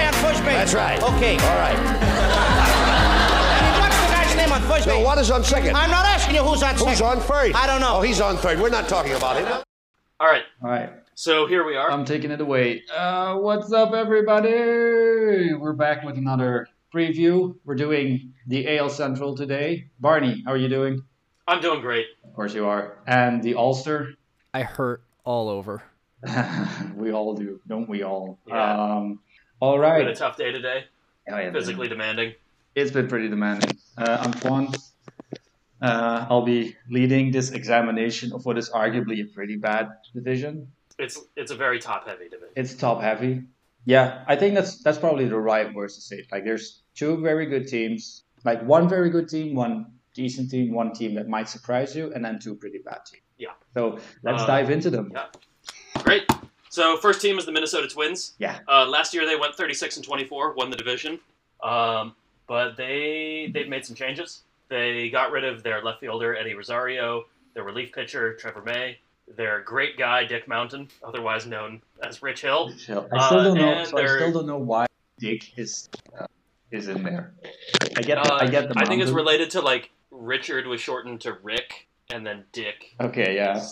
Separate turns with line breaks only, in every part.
That's right.
Okay.
All right.
And what's the guy's name on first
No,
base?
what is on second?
I'm not asking you who's on second.
Who's on third?
I don't know.
Oh, he's on third. We're not talking about him.
All right.
All right.
So here we are.
I'm taking it away. Uh, what's up, everybody? We're back with another preview. We're doing the AL Central today. Barney, how are you doing?
I'm doing great.
Of course you are. And the Ulster.
I hurt all over.
we all do, don't we all?
Yeah.
Um, all
We had a
right.
tough day today.
Oh, yeah,
Physically demanding.
It's been pretty demanding. Uh, Antoine, uh, I'll be leading this examination of what is arguably a pretty bad division.
It's it's a very top heavy division.
It's top heavy. Yeah, I think that's that's probably the right words to say. Like, there's two very good teams, like one very good team, one decent team, one team that might surprise you, and then two pretty bad teams.
Yeah.
So let's
Uh,
dive into them.
yeah. Great. So first team is the Minnesota Twins.
Yeah.
Uh, last year they went 36 and 24, won the division. Um, but they they've made some changes. They got rid of their left fielder Eddie Rosario, their relief pitcher Trevor May, their great guy Dick Mountain, otherwise known as Rich Hill.
So I still don't
Uh,
know.
and
So I
they're-
still don't know why Dick is uh, is in there. I get.
Uh,
I get the.
I think it's
mountain.
related to like Richard was shortened to Rick, and then Dick.
Okay. Yeah.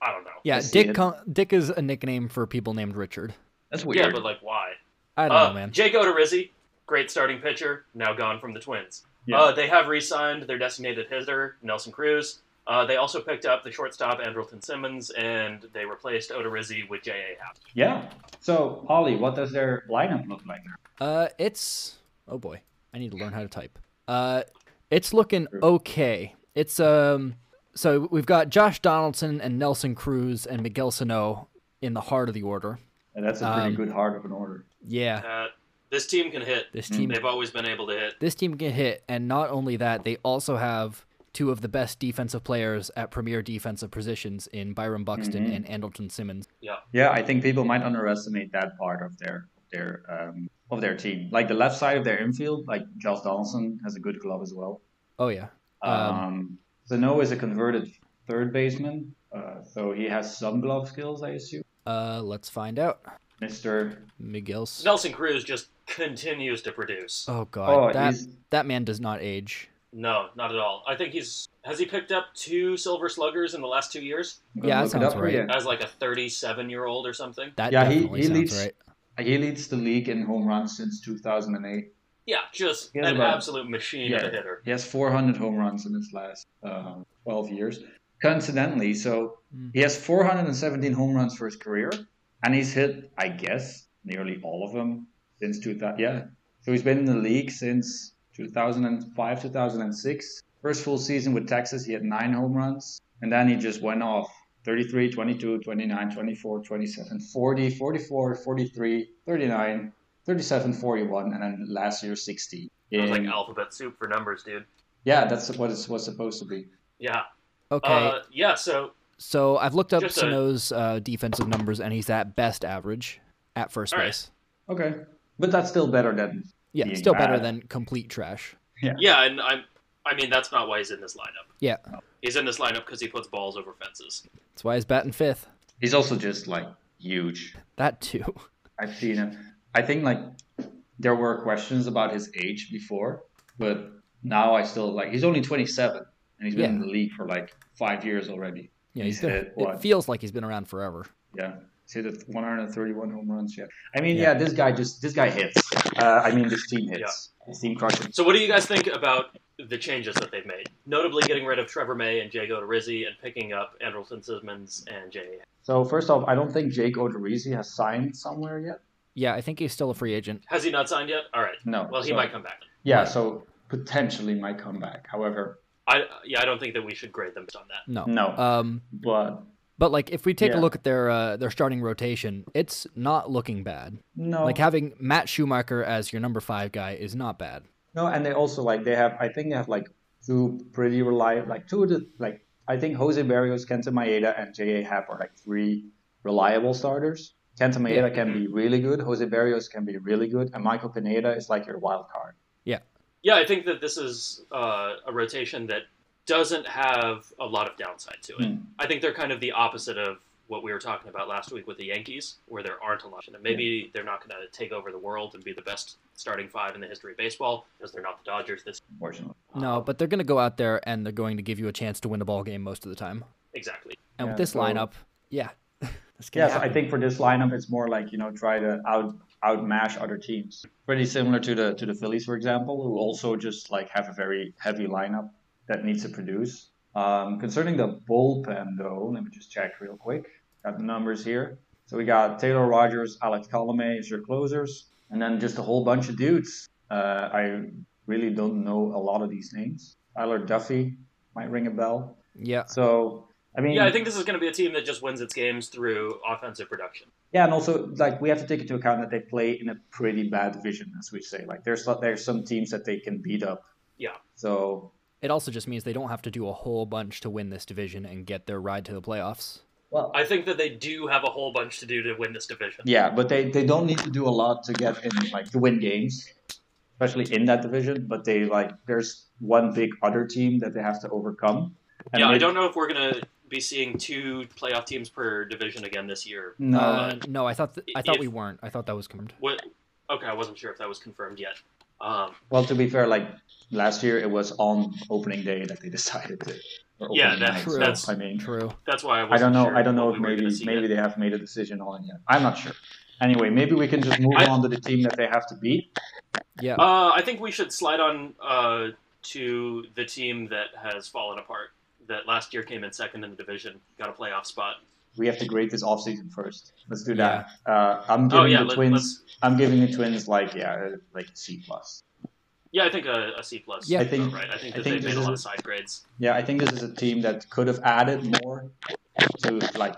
I don't know.
Yeah,
I see
Dick.
it.
Com- Dick is a nickname for people named Richard.
That's
Yeah, but like why?
I don't
uh,
Oh,
know, man.
Jake Odorizzi, great starting pitcher, now gone from the Twins.
Yeah.
Uh, they have re-signed their designated hitter, Nelson Cruz. Uh, they also picked up the shortstop Andrelton Simmons, and they replaced Odorizzi with J.A. Happ.
yeah. So Ollie, what does their lineup look like?
Uh, it's oh boy, I need to learn how to type. Uh, it's looking okay. It's um, so we've got Josh Donaldson and Nelson Cruz and Miguel Sano in the heart of the order.
And that's a pretty
Um,
good heart of an order.
Yeah,
Uh, this team can hit.
this
mm,
team
They've always been able to hit.
this team can hit, and not only that, they also have two of the best defensive players at premier defensive positions in Byron Buxton
Mhm.
and Andleton Simmons.
Yeah, I think people might underestimate that part of their their um, of their team. Like the left side of their infield, like Josh Donaldson has a good glove as well.
Oh yeah, Um,
Um, Sano is a converted third baseman, uh, so he has some glove skills, I assume.
uh, let's find out.
Mister,
Miguel. S-
Nelson Cruz just continues to produce.
Oh god,
oh,
that
he's
that man does not age.
No, not at all. I think he's has he picked up two Silver Sluggers in the last two years
I'm gonna
Yeah, that
look it
sounds
up for
right.
you.
as like a 37 year old or something.
That
Yeah, he-
definitely
he
sounds
leads-
right.
He leads the league in home runs since 2008.
Yeah, just
He has
an
about-
absolute machine of a hitter.
He has 400 home runs in his last um, 12 years. Coincidentally, so
Mm.
he has 417 home runs for his career, and he's hit, I guess, nearly all of them since 2000. Yeah, so he's been in the league since 2005, 2006. First full season with Texas, he had nine home runs, and then he just went off 33, 22, 29, 24, 27, 40, 44, 43, 39, 37, 41, and then last year 60.
It was like
In-
alphabet soup for numbers, dude.
yeah, that's what it's was supposed to be.
Yeah.
Okay,
Uh, yeah, so
so I've looked up
just a-
Sano's uh, defensive numbers, and he's at best average at first
All right.
base.
Okay, but that's still better than
Yeah,
Being
still better
bad.
than complete trash.
yeah, and I'm I mean that's not why he's in this lineup.
Yeah,
He's in this lineup because he puts balls over fences.
that's why he's batting fifth.
he's also just like huge.
That too.
I've seen him. I think like there were questions about his age before, but now I still like he's only 27 and he's been in
Yeah.
the league for like five years already.
Yeah, he's
He's
been,
hit,
it
what?
feels like he's been around forever.
Yeah, he's hit 131 home runs. Yeah, I mean,
Yeah.
yeah, this guy just this guy hits. Uh, I mean, this team hits. This team crushes.
So what do you guys think about the changes that they've made? Notably getting rid of Trevor May and Jago Rizzi and picking up Andrelton Simmons and Jay.
So first off, I don't think Jake Odorizzi has signed somewhere yet.
Yeah, I think he's still a free agent.
Has he not signed yet? All right.
No.
Well, he
so-
might come back.
Yeah, so potentially might come back. However,
I yeah, I don't think that we should grade them based on that.
No.
no.
Um,
but
but like if we take
Yeah.
a look at their uh, their starting rotation, it's not looking bad.
no.
Like having Matt Schumacher as your number five guy is not bad.
No, and they also like they have. I think they have like two pretty reliable, like two of the like. I think Jose Barrios, Kenta Maeda, and J.A. Happ are like three reliable starters. Kenta Maeda can be really good. Jose Barrios can be really good, and Michael Pineda is like your wild card.
Yeah, I think that this is uh, a rotation that doesn't have a lot of downside to it.
Hmm.
I think they're kind of the opposite of what we were talking about last week with the Yankees, where there aren't a lot. And maybe they're not going to take over the world and be the best starting five in the history of baseball because they're not the Dodgers this
unfortunately.
No, but they're going to go out there and they're going to give you a chance to win a ball game most of the time.
exactly.
And
Yeah,
with this
so-
lineup, yeah, this can
Yeah, so I
happen.
think for this lineup, it's more like you know try to out outmash other teams. Pretty similar to the to the Phillies, for example, who also just like have a very heavy lineup that needs to produce. Um, concerning the bullpen, though, let me just check real quick. Got the numbers here. So we got Taylor Rogers, Alex Colomay as your closers, and then just a whole bunch of dudes. Uh, I really don't know a lot of these names. Tyler Duffy might ring a bell.
yeah,
So I mean,
Yeah, I think this is going to be a team that just wins its games through offensive production.
Yeah, and also like we have to take into account that they play in a pretty bad division, as we say. Like there's there's some teams that they can beat up.
Yeah.
So
it also just means they don't have to do a whole bunch to win this division and get their ride to the playoffs.
well,
I think that they do have a whole bunch to do to win this division.
yeah, but they they don't need to do a lot to get in like to win games, especially in that division. But they like there's one big other team that they have to overcome. And
yeah, I
they-
don't know if we're going to be seeing two playoff teams per division again this year.
No.
Uh,
but
no, I thought th- I thought
If-
we weren't. I thought that was confirmed.
what? Okay, I wasn't sure if that was confirmed yet. Um,
Well, to be fair, like last year it was on opening day that they decided to. or
Yeah,
opening
that's-
night.
that's-
I mean,
True.
that's why I wasn't
I don't know.
sure
I don't know
what
if
we were
maybe
gonna see
maybe
yet.
they have made a decision on yet. I'm not sure. Anyway, maybe we can just move
I-
on to the team that they have to beat.
Yeah.
Uh, I think we should slide on uh, to the team that has fallen apart. That last year came in second in the division, got a playoff spot.
We have to grade this offseason first. Let's do that. Uh, I'm giving
oh yeah,
the
let,
twins.
let's.
I'm giving the twins like yeah, uh, like C plus.
Yeah, I think a, a C plus.
Yeah.
I think-
right. I think
I
that
think
they've
this
made a
is
lot
a-
of side grades.
Yeah, I think this is a team that could have added more to like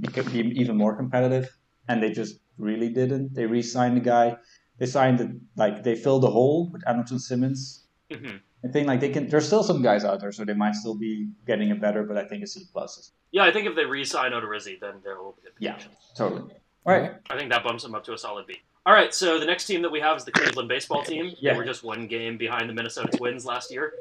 become be even more competitive, and they just really didn't. They re-signed the guy. They signed the, like they filled the hole with Anderson Simmons.
Mhm.
I think like they can. There's still some guys out there, so they might still be getting it better. But I think a C plus is
Yeah, I think if they re-sign Odorizzi, then there will be a
Yeah.
potential.
totally all right.
I think that bumps them up to a solid B. All right, so the next team that we have is the Cleveland baseball team.
Yeah.
They were just one game behind the Minnesota Twins last year.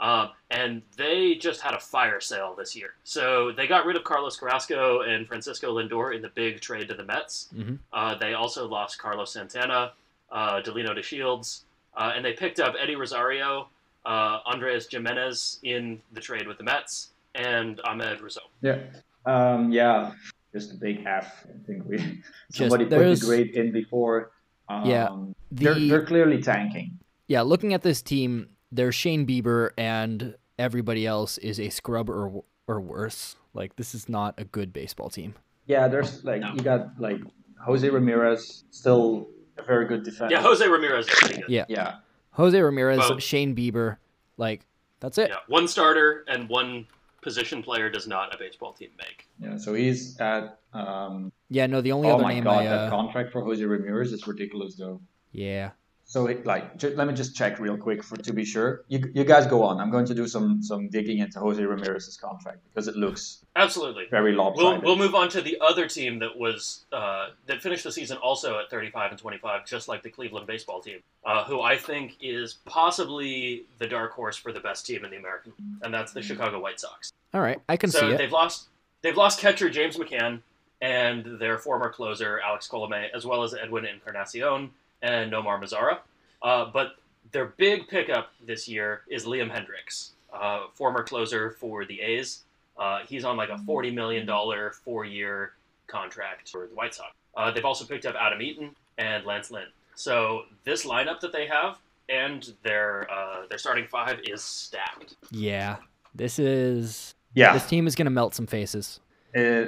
Um, and they just had a fire sale this year. So they got rid of Carlos Carrasco and Francisco Lindor in the big trade to the Mets.
Mm-hmm.
Mhm.
Uh, they also lost Carlos Santana, uh, Delino de Shields, uh, and they picked up Eddie Rosario, uh, Andres Jimenez in the trade with the Mets, and Ahmed Rizzo.
Yeah. Um. Yeah. Just a big F. I think we somebody put
there's-
the grade in before. Um,
Yeah.
They're,
The-
they're clearly tanking.
Yeah, looking at this team, there's Shane Bieber and everybody else is a scrub or or worse. Like this is not a good baseball team.
Yeah. There's like you got like Jose Ramirez still a very good defender.
Yeah, Jose Ramirez is pretty good.
Yeah.
yeah.
Jose Ramirez,
Well-
Shane Bieber, like that's it.
Yeah, one starter and one position player does not a baseball team make.
Yeah. So he's at. Um,
Yeah, no, the only
oh
other
my
name
god,
I
that
uh,
contract for Jose Ramirez is ridiculous, though.
yeah.
So, it, like, ju- let me just check real quick for to be sure. You, you guys go on. I'm going to do some some digging into Jose Ramirez's contract because it looks
Absolutely.
very
We'll,
lopsided.
we'll move on to the other team that was uh, that finished the season also at 35 and 25, just like the Cleveland baseball team, uh, who I think is possibly the dark horse for the best team in the American, League, and that's the Chicago White Sox.
All right, I can see
So
it.
they've lost they've lost catcher James McCann and their former closer Alex Colomé, as well as Edwin Encarnacion and Nomar Mazzara. Uh, but their big pickup this year is Liam Hendricks, uh, former closer for the A's. Uh, he's on like a forty million dollar four year contract for the White Sox. Uh, they've also picked up Adam Eaton and Lance Lynn. So this lineup that they have and their uh, their starting five is stacked.
Yeah, this is
yeah.
this team is gonna melt some faces.
Uh,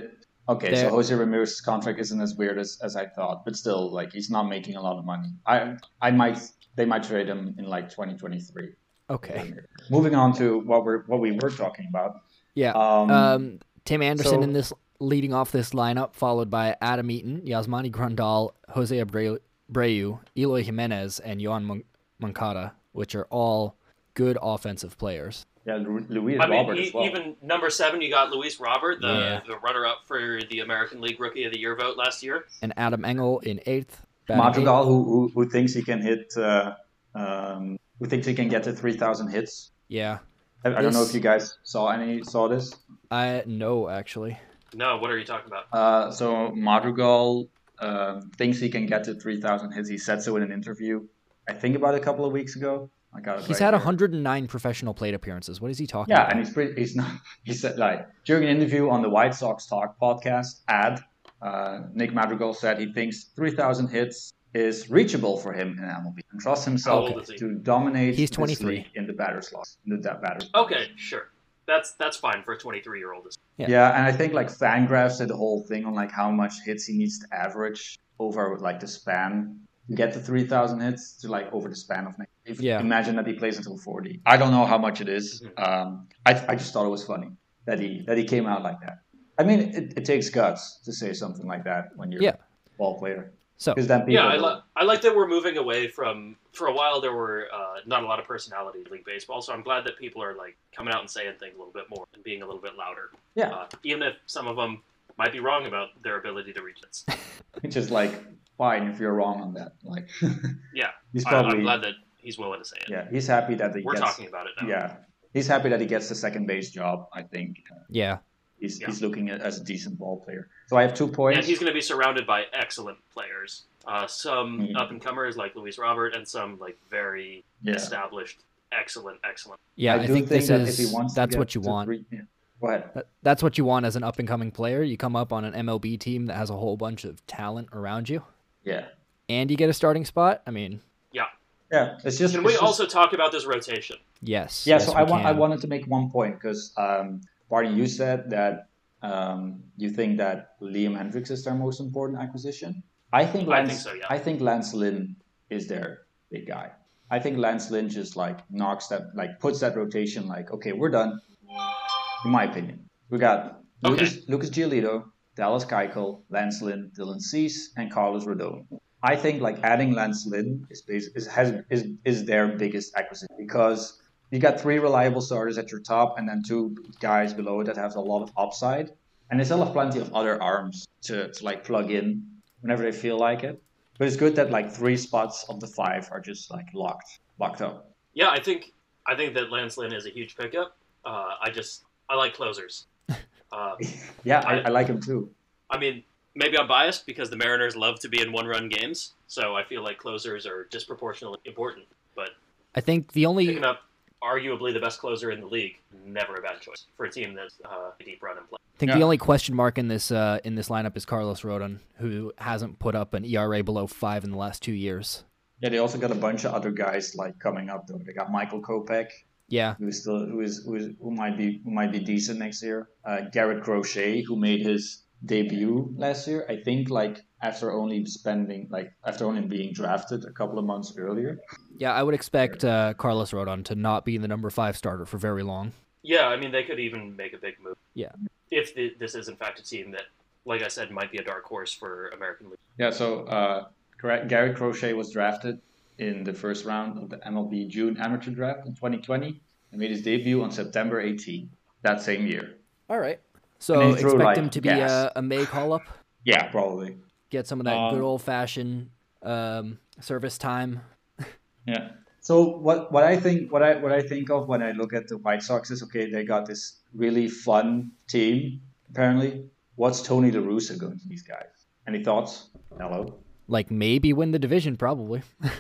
okay, so
They're-
Jose Ramirez's contract isn't as weird as, as I thought, but still, like, he's not making a lot of money. I I might they might trade him in like 2023.
Okay,
Moving on to what we're what we were talking about.
yeah.
Um,
Um, Tim Anderson
so-
in this leading off this lineup, followed by Adam Eaton, Yasmani Grandal, Jose Abreu, Abreu, Eloy Jimenez, and Yohan Mon- Moncada, which are all good offensive players.
yeah, Lu- Luis
I mean,
Robert
e-
as well.
even number seven, you got Luis Robert, the,
Yeah.
the runner-up for the American League Rookie of the Year vote last year.
And Adam Engel in eighth. batting eighth.
Madrigal, who, who who thinks he can hit, uh, um, who thinks he can get to 3,000 hits.
Yeah,
I, I don't know
This-
if you guys saw any saw this.
I no actually.
No, what are you talking about?
Uh, so Madrigal, uh, um, thinks he can get to 3,000 hits. He said so in an interview, I think about a couple of weeks ago. I got it
He's
right
had
here.
109 professional plate appearances. What is he talking
Yeah,
about?
and he's pretty. He's not. He said like during an interview on the White Sox Talk podcast ad, uh, Nick Madrigal said he thinks 3,000 hits is reachable for him in MLB and trusts himself
old is he?
to dominate.
He's
this
23.
league in the batter's slot. In the da- batter's.
Okay, sure. That's that's fine for a 23 year old.
Yeah.
Yeah. and I think like Fangraphs did the whole thing on like how much hits he needs to average over like the span to get the 3,000 hits to like over the span of next. If
Yeah.
Imagine that he plays until 40. I don't know how much it is. Um, I, I just thought it was funny that he that he came out like that. I mean, it, it takes guts to say something like that when you're
Yeah.
a ball player.
so
Because then people,
Yeah, I, li- I like that we're moving away from. For a while, there were uh, not a lot of personality in league baseball, so I'm glad that people are like coming out and saying things a little bit more and being a little bit louder.
Yeah.
Uh, even if some of them might be wrong about their ability to reach it.
which is like fine if you're wrong on that. Like
Yeah.
he's
I,
probably
I'm glad that he's willing to say it.
yeah he's happy that he
we're
gets
talking about it now.
yeah he's happy that he gets the second base job. I think
yeah,
he's,
Yeah.
he's looking at as a decent ball player. So I have two
And
points.
he's going to be surrounded by excellent players. Uh, some
Mhm.
up and comers like Luis Robert, and some like very
Yeah.
established, excellent, excellent.
yeah. I,
do
think, this
that
is
if he wants to
that's
get
what you
to
want.
three- yeah. Go ahead.
That- That's what you want as an up and coming player. You come up on an MLB team that has a whole bunch of talent around you,
Yeah.
and you get a starting spot. I mean,
Yeah. It's just.
Can
it's
we
just-
also talk about this rotation?
yes.
Yeah.
yes,
so
we
I want. I
can.
wanted to make one point because um, Barney, you said that um, you think that Liam Hendricks is their most important acquisition. I think.
I
Lance,
think so, yeah.
I think Lance Lynn is their big guy. I think Lance Lynn just like knocks that, like puts that rotation, like okay, we're done. In my opinion, we got
Okay.
Lucas, Lucas Giolito, Dallas Keuchel, Lance Lynn, Dylan Cease, and Carlos Rodon. I think like adding Lance Lynn is bas- is has is is their biggest acquisition because you got three reliable starters at your top and then two guys below that have a lot of upside, and they still have plenty of other arms to, to like plug in whenever they feel like it. But it's good that like three spots of the five are just like locked, locked up.
Yeah, I think I think that Lance Lynn is a huge pickup. Uh, I just I like closers. Uh,
Yeah, I, I like him too.
I mean, maybe I'm biased because the Mariners love to be in one-run games, so I feel like closers are disproportionately important. But
I think the only
picking up arguably the best closer in the league, never a bad choice for a team that's uh, a deep run and play.
I think the
Yeah.
only question mark in this uh, in this lineup is Carlos Rodon, who hasn't put up an ERA below five in the last two years.
Yeah, they also got a bunch of other guys like coming up though. They got Michael Kopech,
Yeah,
who is still who is who, is, who might be who might be decent next year. Uh, Garrett Crochet, who made his debut last year, I think like after only spending like after only being drafted a couple of months earlier.
yeah. I would expect uh, Carlos Rodon to not be the number five starter for very long.
Yeah, I mean, they could even make a big move.
Yeah.
If the, this is in fact a team that, like I said, might be a dark horse for American League.
Yeah, so uh, Gra- Garrett Crochet was drafted in the first round of the MLB June Amateur Draft in 2020 and made his debut on September 18 that same year.
All right.
And
So
he threw,
expect
like,
him to be uh,
gas.
a, a May call up,
Yeah, probably.
get some of that
Um,
good old fashioned um, service time.
Yeah. So what what I think what I what I think of when I look at the White Sox is okay, they got this really fun team apparently. What's Tony La Russa going to these guys? Any thoughts? Hello.
Like maybe win the division, probably.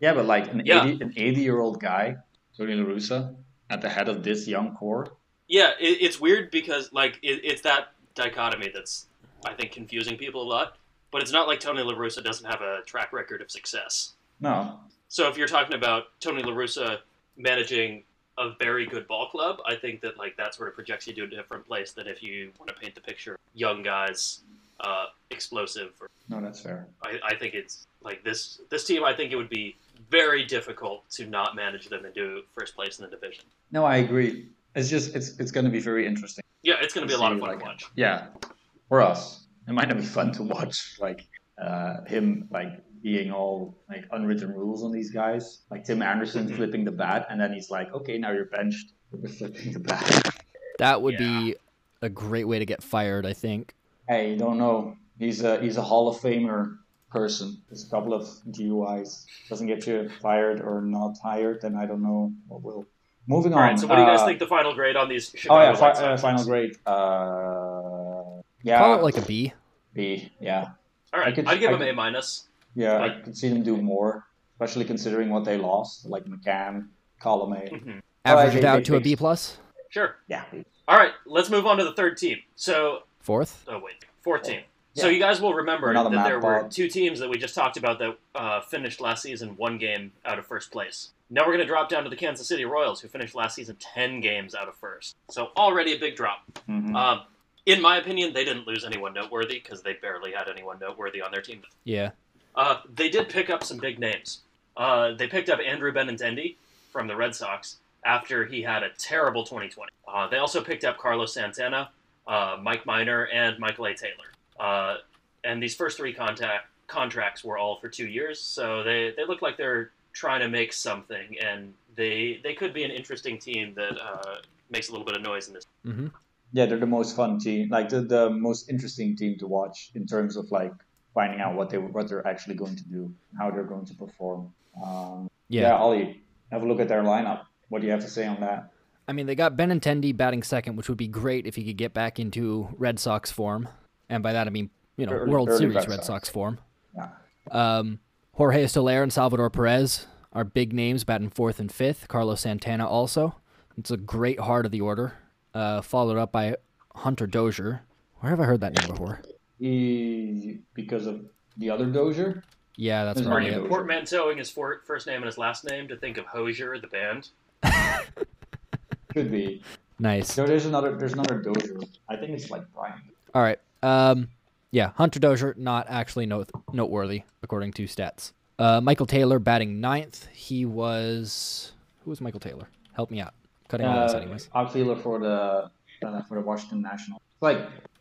Yeah, but like an
Yeah.
80 an 80 year old guy, Tony La Russa, at the head of this young core.
Yeah, it, it's weird because like it, it's that dichotomy that's I think confusing people a lot. But it's not like Tony La Russa doesn't have a track record of success.
No.
So if you're talking about Tony La Russa managing a very good ball club, I think that like that sort of projects you to a different place than if you want to paint the picture young guys, uh, explosive. Or,
No, that's fair.
I, I think it's like this this team. I think it would be very difficult to not manage them and do first place in the division.
No, I agree. It's just it's it's going to be very interesting.
Yeah, it's going to be a lot of fun
like,
to watch.
Yeah, for us, it might not be fun to watch like uh, him like being all like unwritten rules on these guys, like Tim Anderson
Mm-hmm.
flipping the bat, and then he's like, okay, now you're benched for flipping the bat.
That would be a great way to get fired, I think.
Hey, you don't know. He's a he's a Hall of Famer person. There's a couple of DUIs. Doesn't get you fired or not hired, then I don't know what will. Moving
All
on.
right, so what do you guys
uh,
think the final grade on these
Oh
Chicago
yeah, fi-
White
uh,
Sox
final
is?
grade. Uh, yeah,
Call it like a B.
B. Yeah,
All right,
could-
I'd give
I
him
could-
A minus.
Yeah, I
Like-
could see them do more, especially considering what they lost, like McCann, Colome.
Mhm.
Average it
they-
out
they-
to a
they-
B plus.
Sure.
Yeah,
All right, let's move on to the third team. So
Fourth.
Oh wait, fourth team. So
Yeah.
you guys will remember
Another
that
map
there were
ball.
two teams that we just talked about that uh, finished last season one game out of first place. Now we're going to drop down to the Kansas City Royals, who finished last season ten games out of first. So already a big drop.
Mhm.
Um, in my opinion, they didn't lose anyone noteworthy because they barely had anyone noteworthy on their team.
Yeah.
Uh, they did pick up some big names. Uh, they picked up Andrew Benintendi from the Red Sox after he had a terrible 2020. Uh, they also picked up Carlos Santana, uh, Mike Miner, and Michael A. Taylor. Uh, and these first three contact contracts were all for two years, so they, they look like they're trying to make something, and they they could be an interesting team that uh, makes a little bit of noise in this.
hmm
yeah, they're the most fun team, like the, the most interesting team to watch in terms of like finding out what they what they're actually going to do, how they're going to perform. Um,
Yeah.
Ollie, have a look at their lineup. What do you have to say on that?
I mean, they got Benintendi batting second, which would be great if he could get back into Red Sox form, and by that I mean you know
Early-
World
early
Series
Red
Red
Sox.
Sox form.
Yeah.
Um, Jorge Soler and Salvador Perez are big names, batting fourth and fifth. Carlos Santana also. It's a great heart of the order, uh, followed up by Hunter Dozier. Where have I heard that name before?
He, E, because of the other Dozier.
Yeah, that's
There's
probably
already
it.
Dozier.
Portmanteauing his for, first name and his last name to think of Hosier, the band.
Could be.
Nice.
No, there's another. There's another Dozier. I think it's like Brian.
All right. Um, yeah, Hunter Dozier not actually note- noteworthy according to stats. Uh, Michael Taylor batting ninth. He was who was Michael Taylor? Help me out. Cutting all this
Uh,
anyways.
outfielder for the uh, for the Washington Nationals. It's Like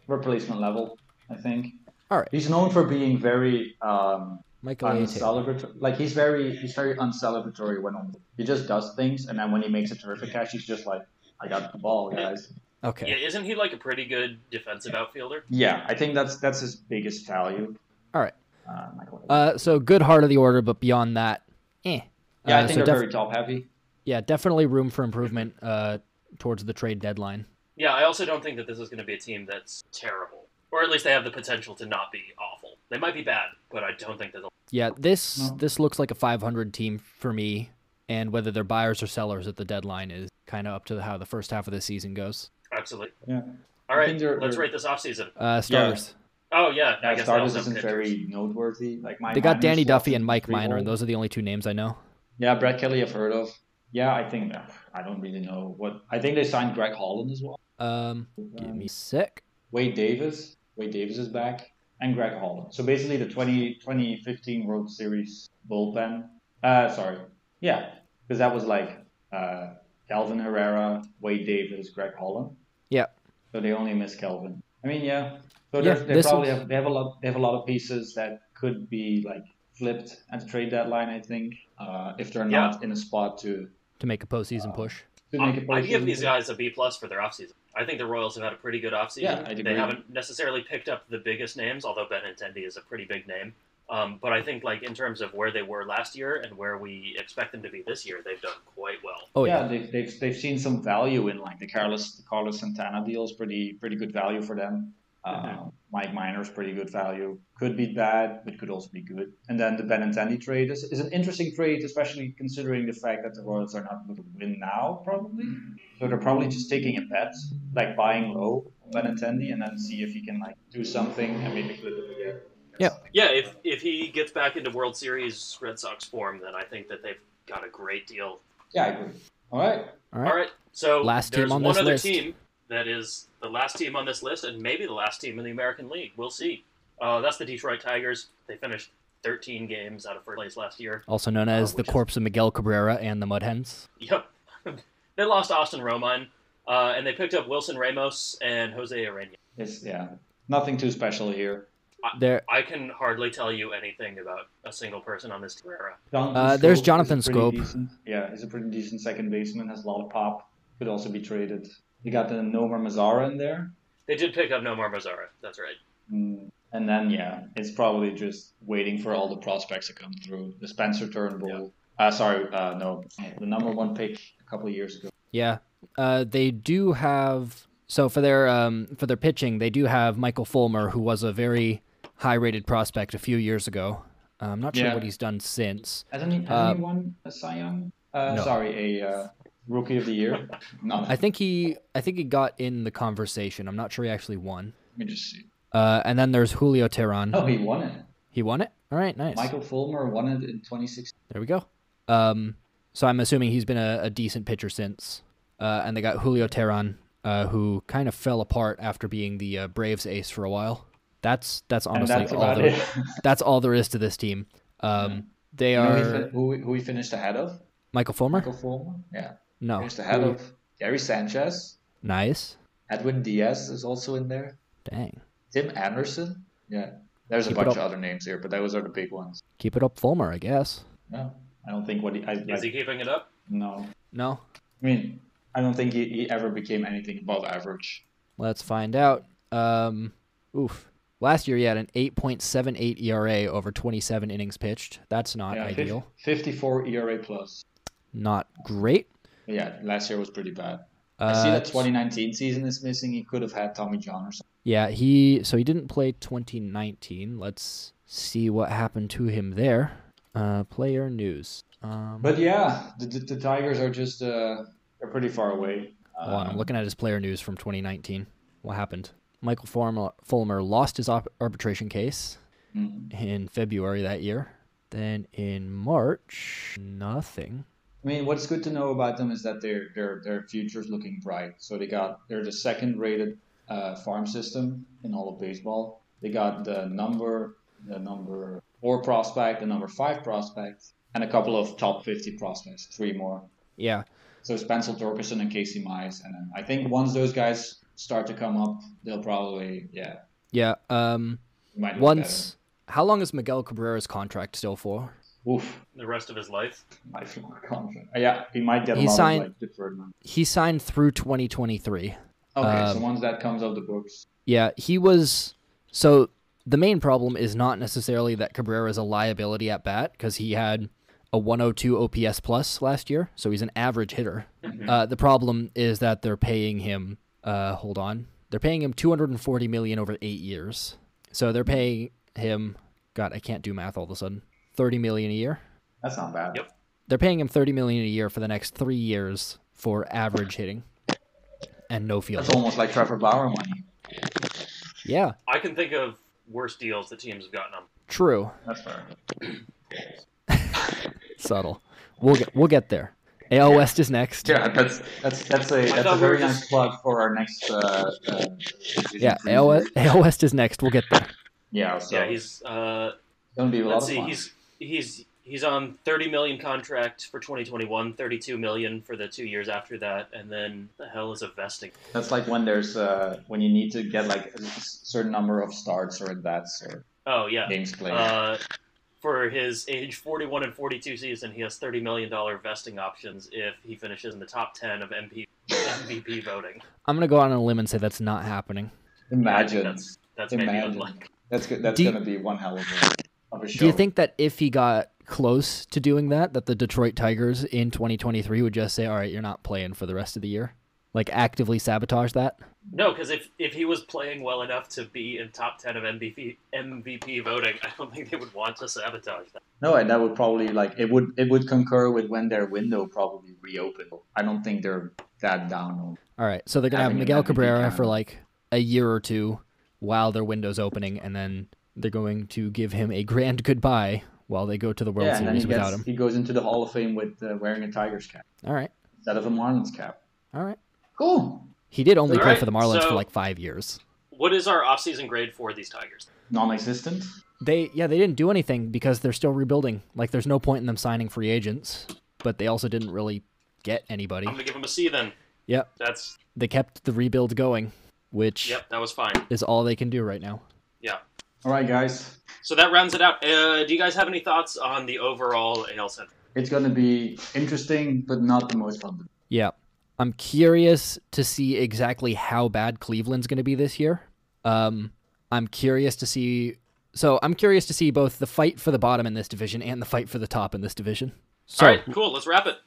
replacement level, I think.
All right.
He's known for being very um,
Michael A. Taylor.
uncelebratory. Like he's very he's very uncelebratory when on, he just does things, and then when he makes a terrific catch, he's just like, "I got the ball, guys."
Okay.
Yeah, isn't he like a pretty good defensive outfielder?
Yeah, I think that's that's his biggest value.
All right.
Uh, Michael.
Uh, so good heart of the order, but beyond that, eh.
yeah,
Uh,
I think they're
so def-
very top heavy.
yeah, definitely room for improvement uh, towards the trade deadline.
Yeah, I also don't think that this is going to be a team that's terrible, or at least they have the potential to not be awful. They might be bad, but I don't think that. they'll-
Yeah, this
No.
this looks like a 500 team for me, and whether they're buyers or sellers at the deadline is kind of up to how the first half of the season goes.
Absolutely.
Yeah.
All
I
right,
think they're-
let's
they're-
rate this offseason.
Uh, starters.
Oh yeah, I guess
Like,
they
Stardust
also have
isn't
pitchers.
very noteworthy. Like my
They got
Miners
Danny
lost
Duffy
to
and Mike
three
Miner, and
all.
those are the only two names I know.
Yeah, Brad Kelly, I've heard of. Yeah, I think I don't really know what. I think they signed Greg Holland as well.
Um, give me sick.
Wade Davis. Wade Davis is back, and Greg Holland. So basically, the 20, 2015 World Series bullpen. Uh, sorry. Yeah, because that was like uh, Calvin Herrera, Wade Davis, Greg Holland.
Yeah,
So they only miss Calvin. I mean, yeah. So
Yeah,
they're they
this
probably
is-
have they have a lot they have a lot of pieces that could be like flipped at the trade deadline. I think uh, if they're
Yeah.
not in a spot to
to make a postseason push.
to
I-
make a
I'd give
postseason.
these guys a B plus for their offseason. I think the Royals have had a pretty good offseason.
Yeah, I'd
they
agree.
haven't necessarily picked up the biggest names, although Benintendi is a pretty big name. Um, but I think like in terms of where they were last year and where we expect them to be this year, they've done quite well.
Oh
yeah,
yeah,
they've, they've they've seen some value in like the Carlos the Carlos Santana deals, pretty pretty good value for them. Uh, Mike Miner's pretty good value. Could be bad, but could also be good. And then the Benintendi trade is, is an interesting trade, especially considering the fact that the Royals are not going to win now, probably. So they're probably just taking a bet, like buying low on Benintendi, and then see if he can like do something and maybe flip it again.
Yeah, if if he gets back into World Series Red Sox form, then I think that they've got a great deal.
Yeah, I agree. All right.
all
All
right.
right. So
Last team
there's
on
one
this
other
list.
team that is the last team on this list, and maybe the last team in the American League. We'll see. Uh, that's the Detroit Tigers. They finished 13 games out of first place last year.
Also known as the
which is-
corpse of Miguel Cabrera and the Mud Hens.
Yep. they lost Austin Romine, uh, and they picked up Wilson Ramos and Jose Arena.
It's yeah, nothing too special here.
There,
I can hardly tell you anything about a single person on this team.
Jonathan
Uh, there's
Scope
Jonathan
is a pretty
Scope.
decent- yeah, he's a pretty decent second baseman. Has a lot of pop. Could also be traded. You got the Nomar Mazara in there,
They did pick up Nomar Mazara. That's right.
Mm, and then yeah, it's probably just waiting for all the prospects to come through. The Spencer Turnbull. Uh, sorry, uh, no, the number one pick a couple of years ago.
yeah, uh, they do have. So for their um, for their pitching, they do have Michael Fulmer, who was a very high rated prospect a few years ago. Uh, I'm not sure
Yeah.
what he's done since.
Hasn't, he, hasn't
Uh,
he won a Cy Young? Uh,
no.
Sorry, a uh, Rookie of the Year? no,
I think he I think he got in the conversation. I'm not sure he actually won.
let me just see.
Uh, and then there's Julio Tehran.
Oh, he won it.
He won it. All right, nice.
Michael Fulmer won it in 2016.
There we go. Um, so I'm assuming he's been a, a decent pitcher since. Uh, and they got Julio Tehran, uh, who kind of fell apart after being the uh, Braves ace for a while. That's that's
And
honestly
that's
all
about
there,
it.
that's all there is to this team. Um, they
You know who,
are
he fin- who, who he finished ahead of?
Michael Fulmer.
Michael Fulmer? Yeah.
no,
Finished ahead
Mm.
of Gary Sanchez.
nice.
Edwin Diaz is also in there.
Dang,
Tim Anderson? Yeah. There's a
Keep it
bunch
up.
of other names here, but those are the big ones.
keep it up, Fulmer. I guess.
No, I don't think what he. I,
Is he
I,
keeping it up?
no.
No,
I mean, I don't think he, he ever became anything above average.
let's find out. Um, oof. Last year he had an 8.78 ERA E over 27 innings pitched. That's not
Yeah, fif-
ideal.
54 ERA plus.
Not great.
Yeah, last year was pretty bad.
Uh,
I see that 2019 season is missing. He could have had Tommy John or something.
Yeah, he so he didn't play 2019. Let's see what happened to him there. Uh, player news. Um,
But yeah, the, the, the Tigers are just uh, they're pretty far away.
hold on,
Um,
I'm looking at his player news from 2019. What happened? Michael Fulmer, Fulmer lost his op- arbitration case
mhm.
in February that year. Then in March, nothing.
I mean, what's good to know about them is that their their their future's looking bright. So they got they're the second rated uh, farm system in all of baseball. They got the number the number four prospect, the number five prospect, and a couple of top 50 prospects, three more.
Yeah,
So it's Spencer Torkelson and Casey Mize, and then I think once those guys start to come up, they'll probably yeah
yeah. Um,
might look
once. How long is Miguel Cabrera's contract still for?
better. Oof,
The rest of his life?
my former contract. Uh, Yeah, he might get a
He
lot
signed-
of like deferred money.
He signed through 2023.
Okay, so
Um,
once that comes off the books,
Yeah, he was. So the main problem is not necessarily that Cabrera is a liability at bat because he had a 102 OPS plus last year, so he's an average hitter. Uh, the problem is that they're paying him. Uh, hold on, they're paying him 240 million over eight years. So they're paying him. God, I can't do math all of a sudden. 30 million a year.
that's not bad.
Yep.
They're paying him 30 million a year for the next three years for average hitting and no
That's
fielding.
almost like Trevor Bauer money.
Yeah,
I can think of worse deals that teams have gotten on.
true.
That's fair.
subtle. We'll get we'll get there. AL West is next.
Yeah, that's that's that's a that's a
thought we were
very
just-
nice plug for our next. Uh, uh,
Yeah,
division
AL,
preview.
West- AL West is next. We'll get there.
Yeah, so
Yeah, he's. Uh,
gonna be a lot
let's
of
see.
fun.
He's he's he's on 30 million contract for 2021, 32 million for the two years after that, and then the hell is a vesting?
That's like when there's uh, when you need to get like a s- certain number of starts or at bats or
Oh yeah.
games played.
Uh, for his age 41 and 42 season, he has 30 million dollar vesting options if he finishes in the top 10 of MP, MVP voting.
I'm gonna go out on a limb and say that's not happening.
imagine
That's that's maybe
imagine
unlikely.
that's go- that's
Do you-
gonna be one hell of a, of a show.
Do you think that if he got close to doing that, that the Detroit Tigers in 2023 would just say, "All right, you're not playing for the rest of the year," like actively sabotage that?
No, because if if he was playing well enough to be in top 10 of MVP MVP voting, I don't think they would want to sabotage that.
No, and that would probably like it would it would concur with when their window probably reopened. I don't think they're that down. on-
All right, so they're gonna have
Having an
Miguel
MVP
Cabrera
count.
for like a year or two while their window's opening, and then they're going to give him a grand goodbye while they go to the World
Yeah, and then
Series
he,
without
gets,
him.
he goes into the Hall of Fame with uh, wearing a Tigers cap
All right,
instead of a Marlins cap.
all right.
Cool.
He did only
All
play
right,
for the Marlins for
so-
like five years.
What is our offseason grade for these Tigers?
Non-existent.
They yeah, they didn't do anything because they're still rebuilding. Like there's no point in them signing free agents, but they also didn't really get anybody.
I'm gonna give him a C then.
Yep.
That's
They kept the rebuild going, which
yep, that was fine.
is all they can do right now.
Yeah.
All right, guys.
So that rounds it out. Uh, do you guys have any thoughts on the overall AL Central?
It's gonna be interesting, but not the most fun.
Yeah. I'm curious to see exactly how bad Cleveland's going to be this year. Um I'm curious to see so I'm curious to see both the fight for the bottom in this division and the fight for the top in this division. So
All right, cool. Let's wrap it.